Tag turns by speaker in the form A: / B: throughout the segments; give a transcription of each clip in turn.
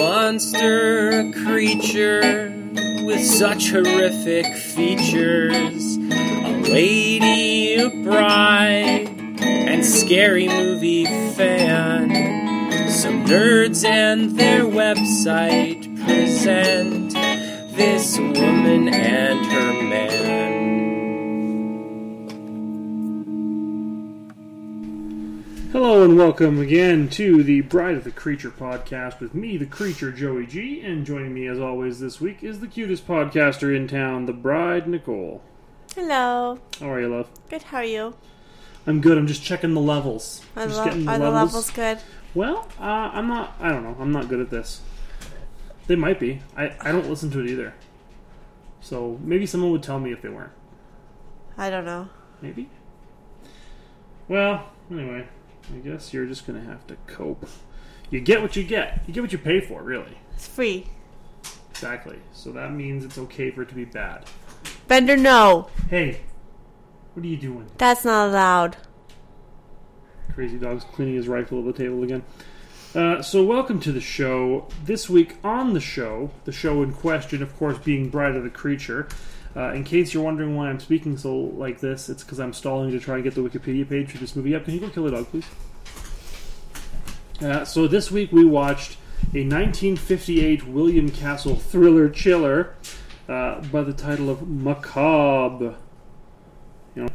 A: monster, a creature with such horrific features. A lady, a bride, and scary movie fan. Some nerds and their website present this woman and her man.
B: Hello and welcome again to the Bride of the Creature podcast with me, the creature Joey G, and joining me as always this week is the cutest podcaster in town, the bride Nicole.
C: Hello.
B: How are you, love?
C: Good. How are you?
B: I'm good. I'm just checking the levels.
C: Are,
B: just
C: the,
B: getting
C: le- are the levels good?
B: Well, uh, I'm not. I don't know. I'm not good at this. They might be. I I don't listen to it either. So maybe someone would tell me if they weren't.
C: I don't know.
B: Maybe. Well, anyway, I guess you're just gonna have to cope. You get what you get. You get what you pay for, really.
C: It's free.
B: Exactly. So that means it's okay for it to be bad.
C: Bender, no.
B: Hey, what are you doing?
C: That's not allowed.
B: Crazy dog's cleaning his rifle at the table again. Uh, so welcome to the show. This week on the show, the show in question, of course, being Bride of the Creature. Uh, in case you're wondering why I'm speaking so like this, it's because I'm stalling to try and get the Wikipedia page for this movie up. Can you go kill a dog, please? Uh, so this week we watched a 1958 William Castle thriller chiller uh, by the title of Macabre. You know,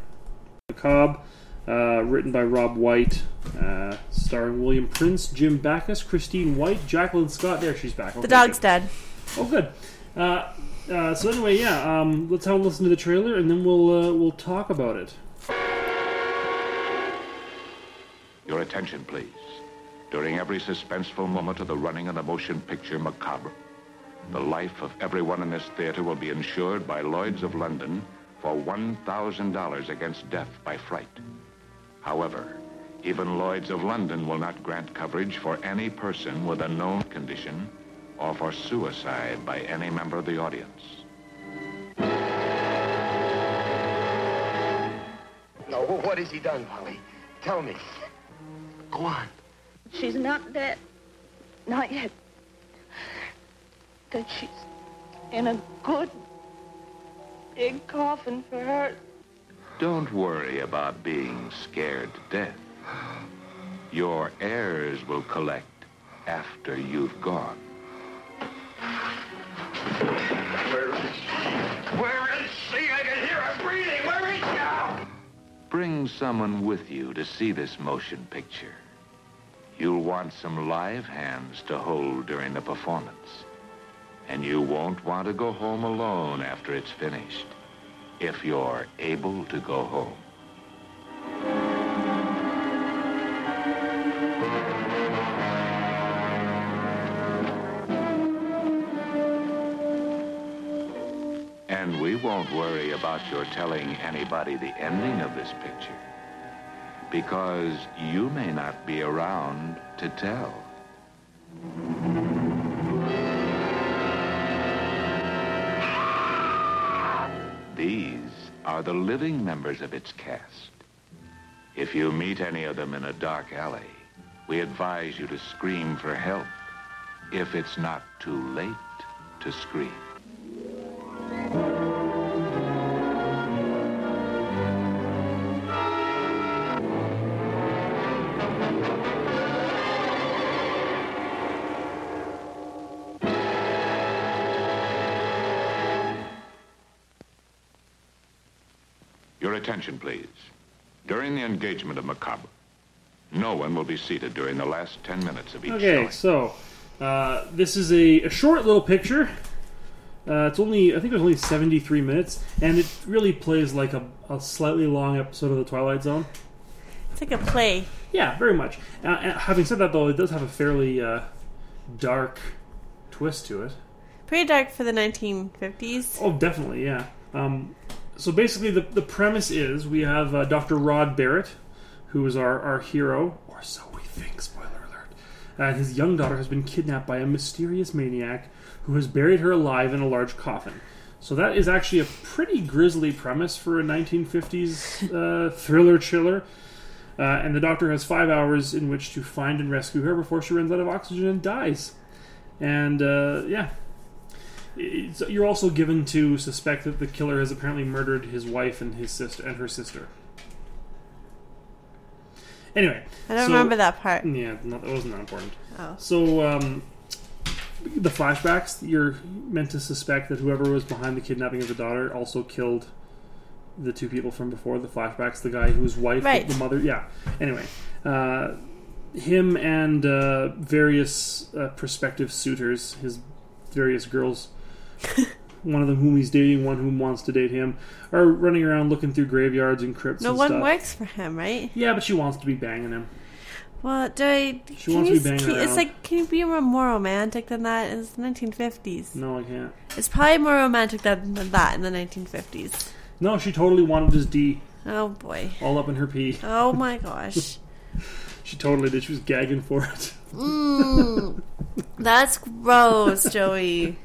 B: Macabre, uh, written by Rob White, uh, starring William Prince, Jim Backus, Christine White, Jacqueline Scott. There, she's back.
C: The dog's dead.
B: Oh, good. Uh, uh, so anyway, yeah, um, let's have a listen to the trailer, and then we'll uh, we'll talk about it.
D: Your attention, please. During every suspenseful moment of the running of the motion picture macabre, the life of everyone in this theater will be insured by Lloyd's of London for $1,000 against death by fright. However, even Lloyd's of London will not grant coverage for any person with a known condition or for suicide by any member of the audience.
E: No, well, what has he done, Polly? Tell me. Go on.
F: She's not dead. Not yet. That she's in a good big coffin for her.
D: Don't worry about being scared to death. Your heirs will collect after you've gone.
E: Where is she? Where is she? I can hear her breathing. Where is she now?
D: Bring someone with you to see this motion picture. You'll want some live hands to hold during the performance. And you won't want to go home alone after it's finished, if you're able to go home. And we won't worry about your telling anybody the ending of this picture. Because you may not be around to tell. These are the living members of its cast. If you meet any of them in a dark alley, we advise you to scream for help if it's not too late to scream. Your attention, please. During the engagement of Macabre, no one will be seated during the last ten minutes of each
B: Okay,
D: showing.
B: so uh, this is a, a short little picture. Uh, it's only I think it was only seventy three minutes, and it really plays like a, a slightly long episode of The Twilight Zone.
C: It's like a play.
B: Yeah, very much. Uh, and having said that, though, it does have a fairly uh, dark twist to it.
C: Pretty dark for the 1950s.
B: Oh, definitely, yeah. Um, so basically, the, the premise is we have uh, Dr. Rod Barrett, who is our, our hero, or so we think, spoiler alert. Uh, his young daughter has been kidnapped by a mysterious maniac who has buried her alive in a large coffin. So that is actually a pretty grisly premise for a 1950s uh, thriller chiller. Uh, and the doctor has five hours in which to find and rescue her before she runs out of oxygen and dies. and uh, yeah. It's, you're also given to suspect that the killer has apparently murdered his wife and his sister and her sister. Anyway,
C: I don't
B: so- mm,
C: remember that part.
B: Yeah, no, that wasn't that important.
C: Oh.
B: So um, the flashbacks, you're meant to suspect that whoever was behind the kidnapping of the daughter also killed the two people from before the flashbacks. The guy whose wife,
C: Right.
B: the mother, yeah. Anyway, uh, him and uh, various uh, prospective suitors, his various girls. One of them whom he's dating, one whom wants to date him, are running around looking through graveyards and crypts.
C: No
B: and
C: one
B: stuff.
C: works for him, right?
B: Yeah, but she wants to be banging him.
C: Well, do I? can
B: wants
C: you,
B: to be banging
C: can- It's
B: around.
C: like, can you be more, more romantic than that? It's the 1950s.
B: No, I can't.
C: It's probably more romantic than, than that in the 1950s.
B: No, she totally wanted his D
C: Oh boy.
B: all up in her pee.
C: Oh my gosh.
B: She totally did. She was gagging for it.
C: Mm, that's gross, Joey.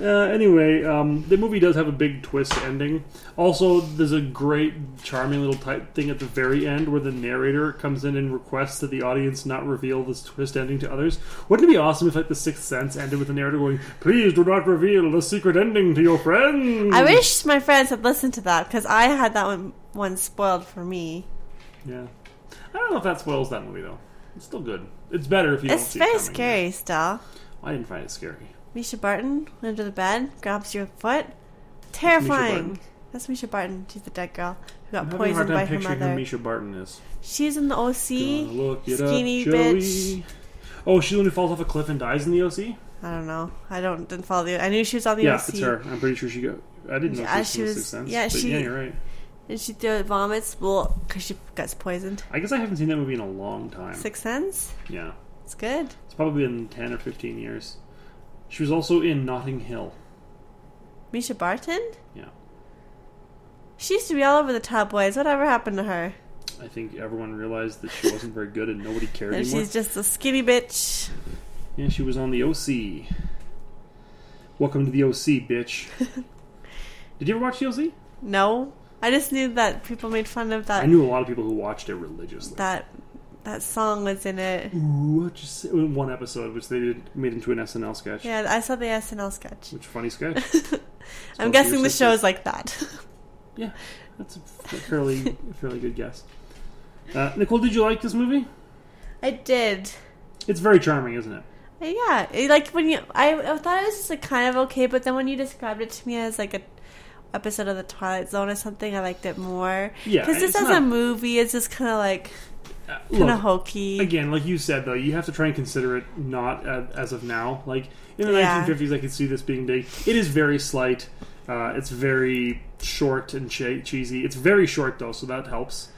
B: Uh, anyway, um, the movie does have a big twist ending. Also, there's a great, charming little type thing at the very end where the narrator comes in and requests that the audience not reveal this twist ending to others. Wouldn't it be awesome if, like, The Sixth Sense ended with the narrator going, "Please do not reveal the secret ending to your friends."
C: I wish my friends had listened to that because I had that one one spoiled for me.
B: Yeah, I don't know if that spoils that movie though. It's still good. It's better if you. don't
C: It's
B: see it
C: very
B: coming.
C: scary still.
B: I didn't find it scary.
C: Misha Barton under the bed grabs your foot.
B: Barton?
C: Terrifying. That's Misha Barton. She's the dead girl who got
B: I'm having a hard
C: poisoned by
B: time
C: her
B: picturing
C: mother.
B: who Misha Barton is.
C: She's in the OC.
B: Gonna Uh, Look it
C: Skinny
B: up, Joey.
C: bitch.
B: Oh, she's the one who falls off a cliff and dies in the OC.
C: I don't know. I don't didn't follow the. I knew she was on the
B: yeah,
C: OC.
B: it's her. I'm pretty sure she got. I didn't know
C: Yeah,
B: she was, from
C: she
B: the
C: was-
B: Sixth Sense.
C: yeah,
B: but
C: she-
B: yeah, you're right.
C: And she throw vomits. Well, because she gets poisoned.
B: I guess I haven't seen that movie in a long time.
C: Sixth Sense.
B: Yeah,
C: It's good.
B: it's probably been ten or fifteen years. She was also in Notting Hill.
C: Misha Barton.
B: Yeah,
C: She used to be all over the tabloids. Whatever happened to her?
B: I think everyone realized that she wasn't very good and nobody cared
C: And
B: anymore.
C: she's just a skinny bitch.
B: Yeah, she was on the OC. Welcome to the OC, bitch. Did you ever watch the OC?
C: No, I just knew that people made fun of
B: I
C: that.
B: knew a lot of people who watched it religiously.
C: That that song was in it.
B: Mm. What you say? in One episode, which they did, made into an SNL sketch.
C: Yeah, I saw the SNL sketch.
B: Which funny sketch?
C: I'm
B: your
C: guessing the
B: sister.
C: show is like that.
B: yeah, that's a fairly fairly good guess. Uh, Nicole, did you like this movie?
C: I did.
B: It's very charming, isn't it?
C: Uh, Yeah, it- like when you, I, I thought it was just like kind of okay, but then when you described it to me as like a episode of the Twilight Zone or something, I liked it more.
B: Yeah,
C: because this
B: it's
C: as a
B: not-
C: movie, it's just kind of like
B: Uh,
C: kind
B: look,
C: of hokey.
B: again, like you said though, you have to try and consider it not uh, as of now. Like in the
C: Yeah.
B: 1950s, I could see this being big. It is very slight. Uh, it's very short and che- cheesy. It's very short though, so that helps.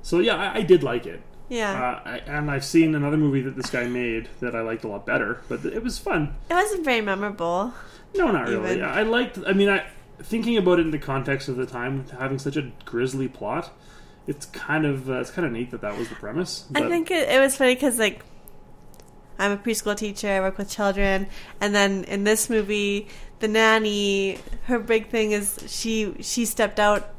B: So yeah, I, I did like it.
C: yeah,
B: Uh, I, and I've seen another movie that this guy made that I liked a lot better, but th- it was fun.
C: it wasn't very memorable.
B: No, not really.
C: Even.
B: I liked. I mean, I thinking about it in the context of the time, having such a grisly plot, it's kind of uh, it's kind of neat that that was the premise. But
C: I think it, it was funny because like I'm a preschool teacher. I work with children, and then in this movie, the nanny, her big thing is she she stepped out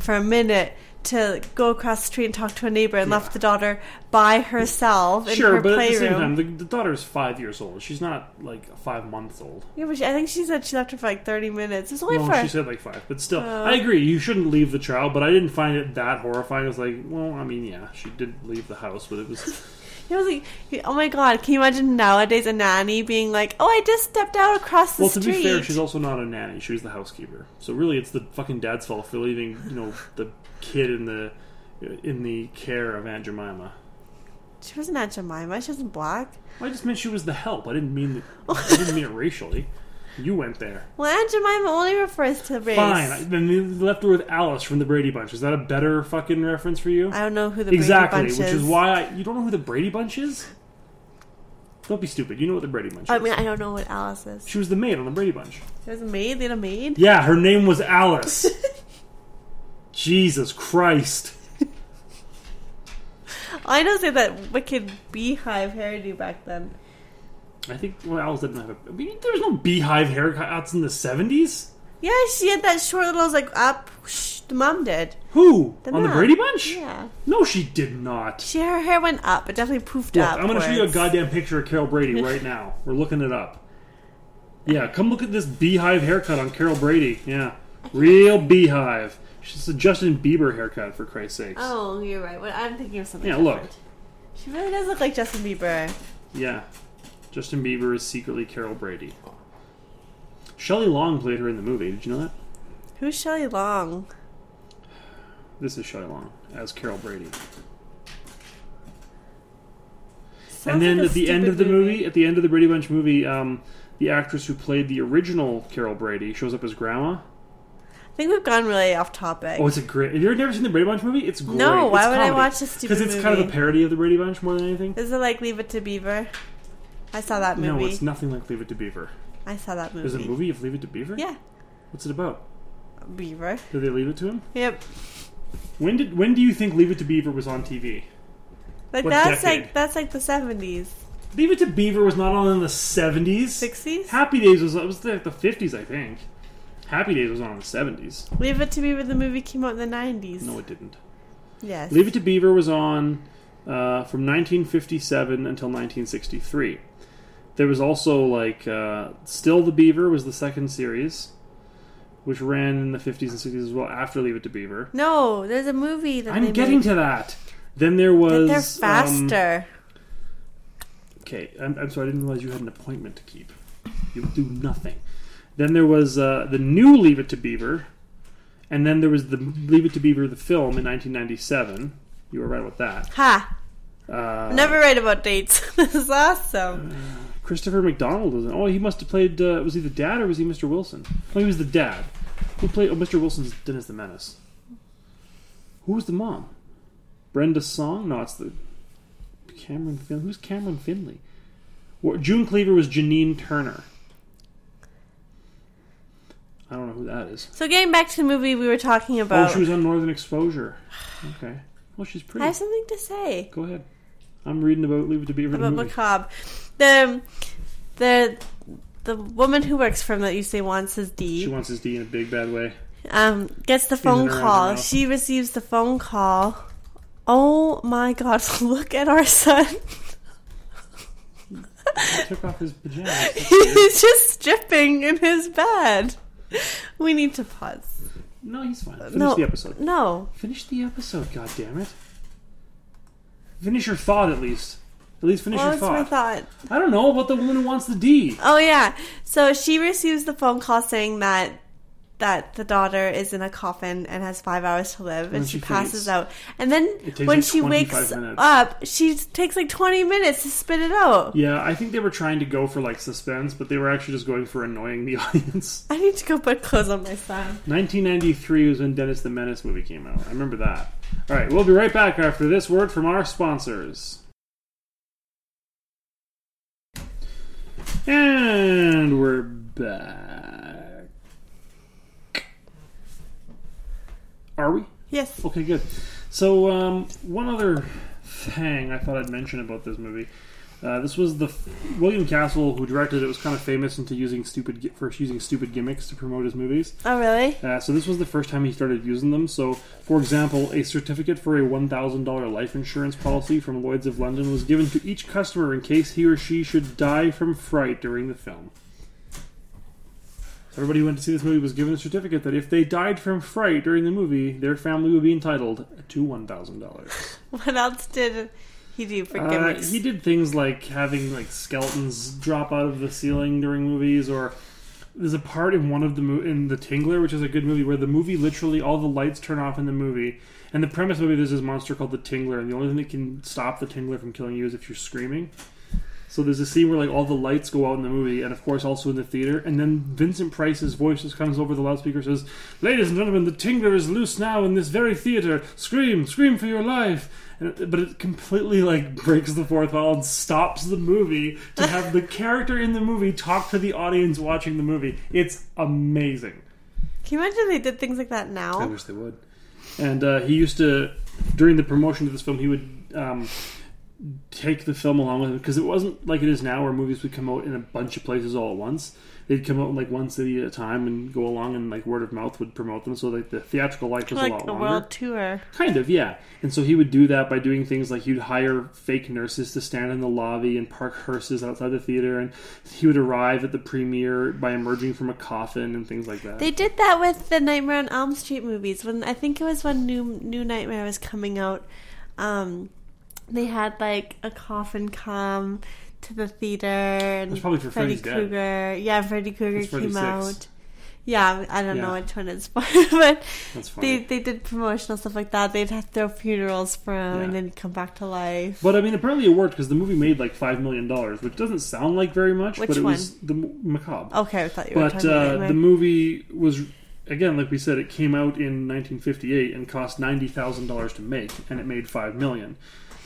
C: for a minute to go across the street and talk to a neighbor, and left the daughter by herself in
B: sure,
C: her
B: but at the
C: playroom.
B: same time, the, the daughter is five years old. She's not like five months old.
C: yeah, but she, I think she said she left her for like 30 minutes. It was only
B: No,
C: for
B: she said like five, but still,
C: Oh.
B: I agree. You shouldn't leave the child, but I didn't find it that horrifying. I was like, well, I mean, yeah, she did leave the house, but it was
C: it was like, oh my god, can you imagine nowadays a nanny being like, oh, I just stepped out across the
B: well. To
C: street?
B: be fair, she's also not a nanny; she was the housekeeper. So really, it's the fucking dad's fault for leaving you know the kid in the in the care of Aunt Jemima.
C: she wasn't Aunt Jemima. She wasn't black.
B: I just meant she was the help. I didn't mean I didn't mean it racially. You went there.
C: Well, Aunt Jemima only refers to race.
B: Fine. I- Then you left her with Alice from the Brady Bunch. Is that a better fucking reference for you?
C: I don't know who the
B: exactly.
C: Brady Bunch
B: which is
C: is.
B: why I, you don't know who the Brady Bunch is. Don't be stupid. You know what the Brady Bunch
C: I
B: is.
C: mean, I don't know what Alice is.
B: She was the maid on the Brady Bunch.
C: There was a maid, they had a maid.
B: Yeah, her name was Alice. Jesus Christ.
C: I know say that wicked beehive hairdo back then.
B: I think well, Alice didn't have a. I mean, there was no beehive haircuts in the seventies.
C: Yeah, she had that short little like up, sh- The mom did.
B: Who?
C: The
B: on the
C: mom.
B: Brady Bunch?
C: Yeah.
B: No, she did not.
C: She her hair went up. It definitely poofed
B: Look,
C: up.
B: I'm going to show you a goddamn picture of Carol Brady right now. We're looking it up. Yeah, come look at this beehive haircut on Carol Brady. Yeah, real beehive. She's a Justin Bieber haircut for Christ's sakes.
C: Oh, you're right. Well, I'm thinking of something.
B: Yeah, look.
C: different. She really does look like Justin Bieber.
B: Yeah, Justin Bieber is secretly Carol Brady. Shelley Long played her in the movie. Did you know that?
C: Who's Shelley Long?
B: This is Shelley Long as Carol Brady.
C: Sounds
B: and then
C: like a
B: at the end
C: stupid
B: of the movie, at the end of the Brady Bunch movie, um, the actress who played the original Carol Brady shows up as Grandma.
C: I think we've gone really off topic.
B: Oh, it's a great. Have you never seen the Brady Bunch movie? It's great.
C: No, why would I watch this
B: this?
C: stupid
B: Because it's kind of a
C: movie?
B: parody of the Brady Bunch more than anything.
C: Is it like Leave It to Beaver? I saw that movie.
B: No, it's nothing like Leave It to Beaver.
C: I saw that movie.
B: There's a movie of Leave It to Beaver.
C: Yeah,
B: What's it about?
C: Beaver.
B: Did they leave it to him?
C: Yep.
B: When did When do you think Leave It to Beaver was on TV?
C: Like
B: What
C: that's
B: decade?
C: like that's like the seventies,
B: Leave It to Beaver was not on in the seventies.
C: sixties.
B: Happy Days was it was like the fifties, I think. Happy Days was on in the seventies.
C: Leave It to Beaver. The movie came out in the nineties.
B: No, it didn't.
C: Yes.
B: Leave It to Beaver was on uh, from 1957 until 1963. There was also like uh, Still the Beaver was the second series, which ran in the 50s and 60s as well after Leave It to Beaver.
C: No, there's a movie that
B: I'm
C: they
B: getting
C: made.
B: to that. Then there was.
C: They're
B: um,
C: faster.
B: okay, I'm, I'm sorry, I didn't realize you had an appointment to keep. You do nothing. Then there was uh, the new Leave It to Beaver, and then there was the Leave It to Beaver the film in 1997. You were right about that.
C: ha!
B: Uh,
C: Never write about dates. this is awesome.
B: Christopher McDonald was in. Oh, he must have played. Uh, was he the dad or was he Mr. Wilson? No, he was the dad. Who played? Oh, Mr. Wilson's Dennis the Menace. Who was the mom? Brenda Song? No, it's the Cameron. Fin- Who's Cameron Finley? Wha- June Cleaver was Janine Turner. I don't know who that is.
C: So getting back to the movie we were talking
B: Oh,
C: about,
B: she was on Northern Exposure. Okay. Well, she's
C: I have
B: pretty.
C: something to say
B: Go ahead. I'm reading about Leave It to Beaver. the
C: about
B: movie.
C: macabre. The the the woman who works for him that you say wants his D.
B: She wants his D in a big bad way.
C: um, gets the phone
B: around her
C: call.
B: mouth.
C: She receives the phone call. Oh my god, look at our son.
B: Took off his pajamas.
C: He's just stripping in his bed. We need to pause.
B: No, he's fine. Finish
C: no,
B: the episode.
C: No.
B: Finish the episode, God damn it! Finish your thought at least. At least finish
C: What
B: your
C: was
B: thought.
C: my thought?
B: I don't know about the woman who wants the D.
C: Oh yeah. So she receives the phone call saying that that the daughter is in a coffin and has five hours to live, and,
B: then
C: she,
B: she
C: passes
B: faints.
C: out. And then
B: takes
C: when
B: like
C: she
B: 25
C: wakes
B: minutes.
C: up, she takes like twenty minutes to spit it out.
B: Yeah, I think they were trying to go for like suspense, but they were actually just going for annoying the audience.
C: I need to go put clothes on my son.
B: 1993 was when Dennis the Menace movie came out. I remember that. All right, we'll be right back after this word from our sponsors. And we're back. Are we?
C: Yes.
B: Okay, good. So, um, one other thing I thought I'd mention about this movie. Uh, this was the William Castle who directed it was kind of famous into using stupid gi- for using stupid gimmicks to promote his movies.
C: Oh really?
B: Uh, so this was the first time he started using them. So, for example, a certificate for a one thousand dollar life insurance policy from Lloyd's of London was given to each customer in case he or she should die from fright during the film. So everybody who went to see this movie was given a certificate that if they died from fright during the movie, their family would be entitled to one thousand dollars.
C: What else did he do for
B: Uh,
C: gimmicks?
B: he did things like having like skeletons drop out of the ceiling during movies, or there's a part in one of the mo- in the Tingler, which is a good movie, where the movie literally all the lights turn off in the movie, and the premise of the movie there's this monster called the Tingler, and the only thing that can stop the Tingler from killing you is if you're screaming. So there's a scene where like all the lights go out in the movie, and of course also in the theater. And then Vincent Price's voice just comes over the loudspeaker, says, "Ladies and gentlemen, the Tingler is loose now in this very theater. Scream, scream for your life!" And, but it completely like breaks the fourth wall and stops the movie to have the character in the movie talk to the audience watching the movie. It's amazing.
C: Can you imagine they did things like that
B: I
C: now?
B: wish they would. And uh, he used to, during the promotion of this film, he would um, take the film along with it because it wasn't like it is now where movies would come out in a bunch of places all at once. They'd come out in like one city at a time and go along, and like word of mouth would promote them. So like the theatrical life was a
C: like
B: lot
C: a
B: longer.
C: world tour.
B: Kind of, yeah. And so he would do that by doing things like he'd hire fake nurses to stand in the lobby and park hearses outside the theater, and he would arrive at the premiere by emerging from a coffin and things like that.
C: They did that with the Nightmare on Elm Street movies. When I think it was when New New Nightmare was coming out, um, they had like a coffin come to the theater. And
B: was probably for
C: Freddy
B: Freddy's Dead.
C: Krueger. Yeah, Freddy Krueger
B: It's Freddy
C: came
B: Six.
C: out. Yeah, I don't know
B: Yeah.
C: which one it's for, but
B: That's funny.
C: they they did promotional stuff like that. They'd have to throw funerals for him and
B: Yeah.
C: then he'd come back to life.
B: But I mean, apparently it worked because the movie made like five million dollars, which doesn't sound like very much,
C: Which
B: but it
C: one?
B: was the m- macabre.
C: Okay, I thought you were
B: but
C: talking about
B: uh,
C: Nightmare.
B: the movie was again, like we said, it came out in 1958 and cost ninety thousand dollars to make, and it made five million,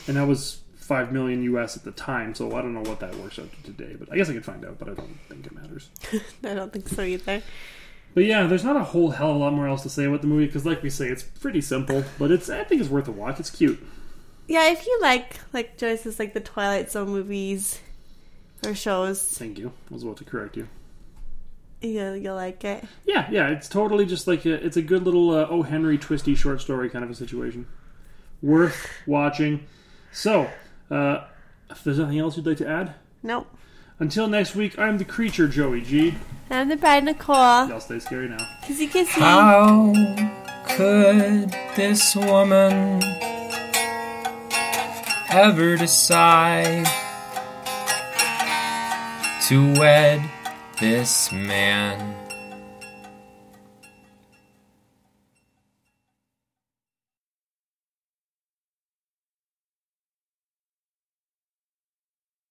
B: and that was five million U.S. at the time. So I don't know what that works out to today, but I guess I could find out. But I don't think it matters.
C: I don't think so either.
B: But yeah, there's not a whole hell of a lot more else to say about the movie because, like we say, it's pretty simple, but it's I think it's worth a watch. It's cute.
C: Yeah, if you like like Joyce's like the Twilight Zone movies or shows,
B: Thank you. I was about to correct you.
C: you you'll like it.
B: Yeah, yeah, it's totally just like a, it's a good little uh, O. Henry twisty short story kind of a situation. Worth watching. So, uh, if there's nothing else you'd like to add,
C: Nope.
B: until next week, I'm the creature, Joey G.
C: I'm the bride Nicole.
B: Y'all stay scary now.
C: Kissy kissy.
A: How could this woman ever decide to wed this man?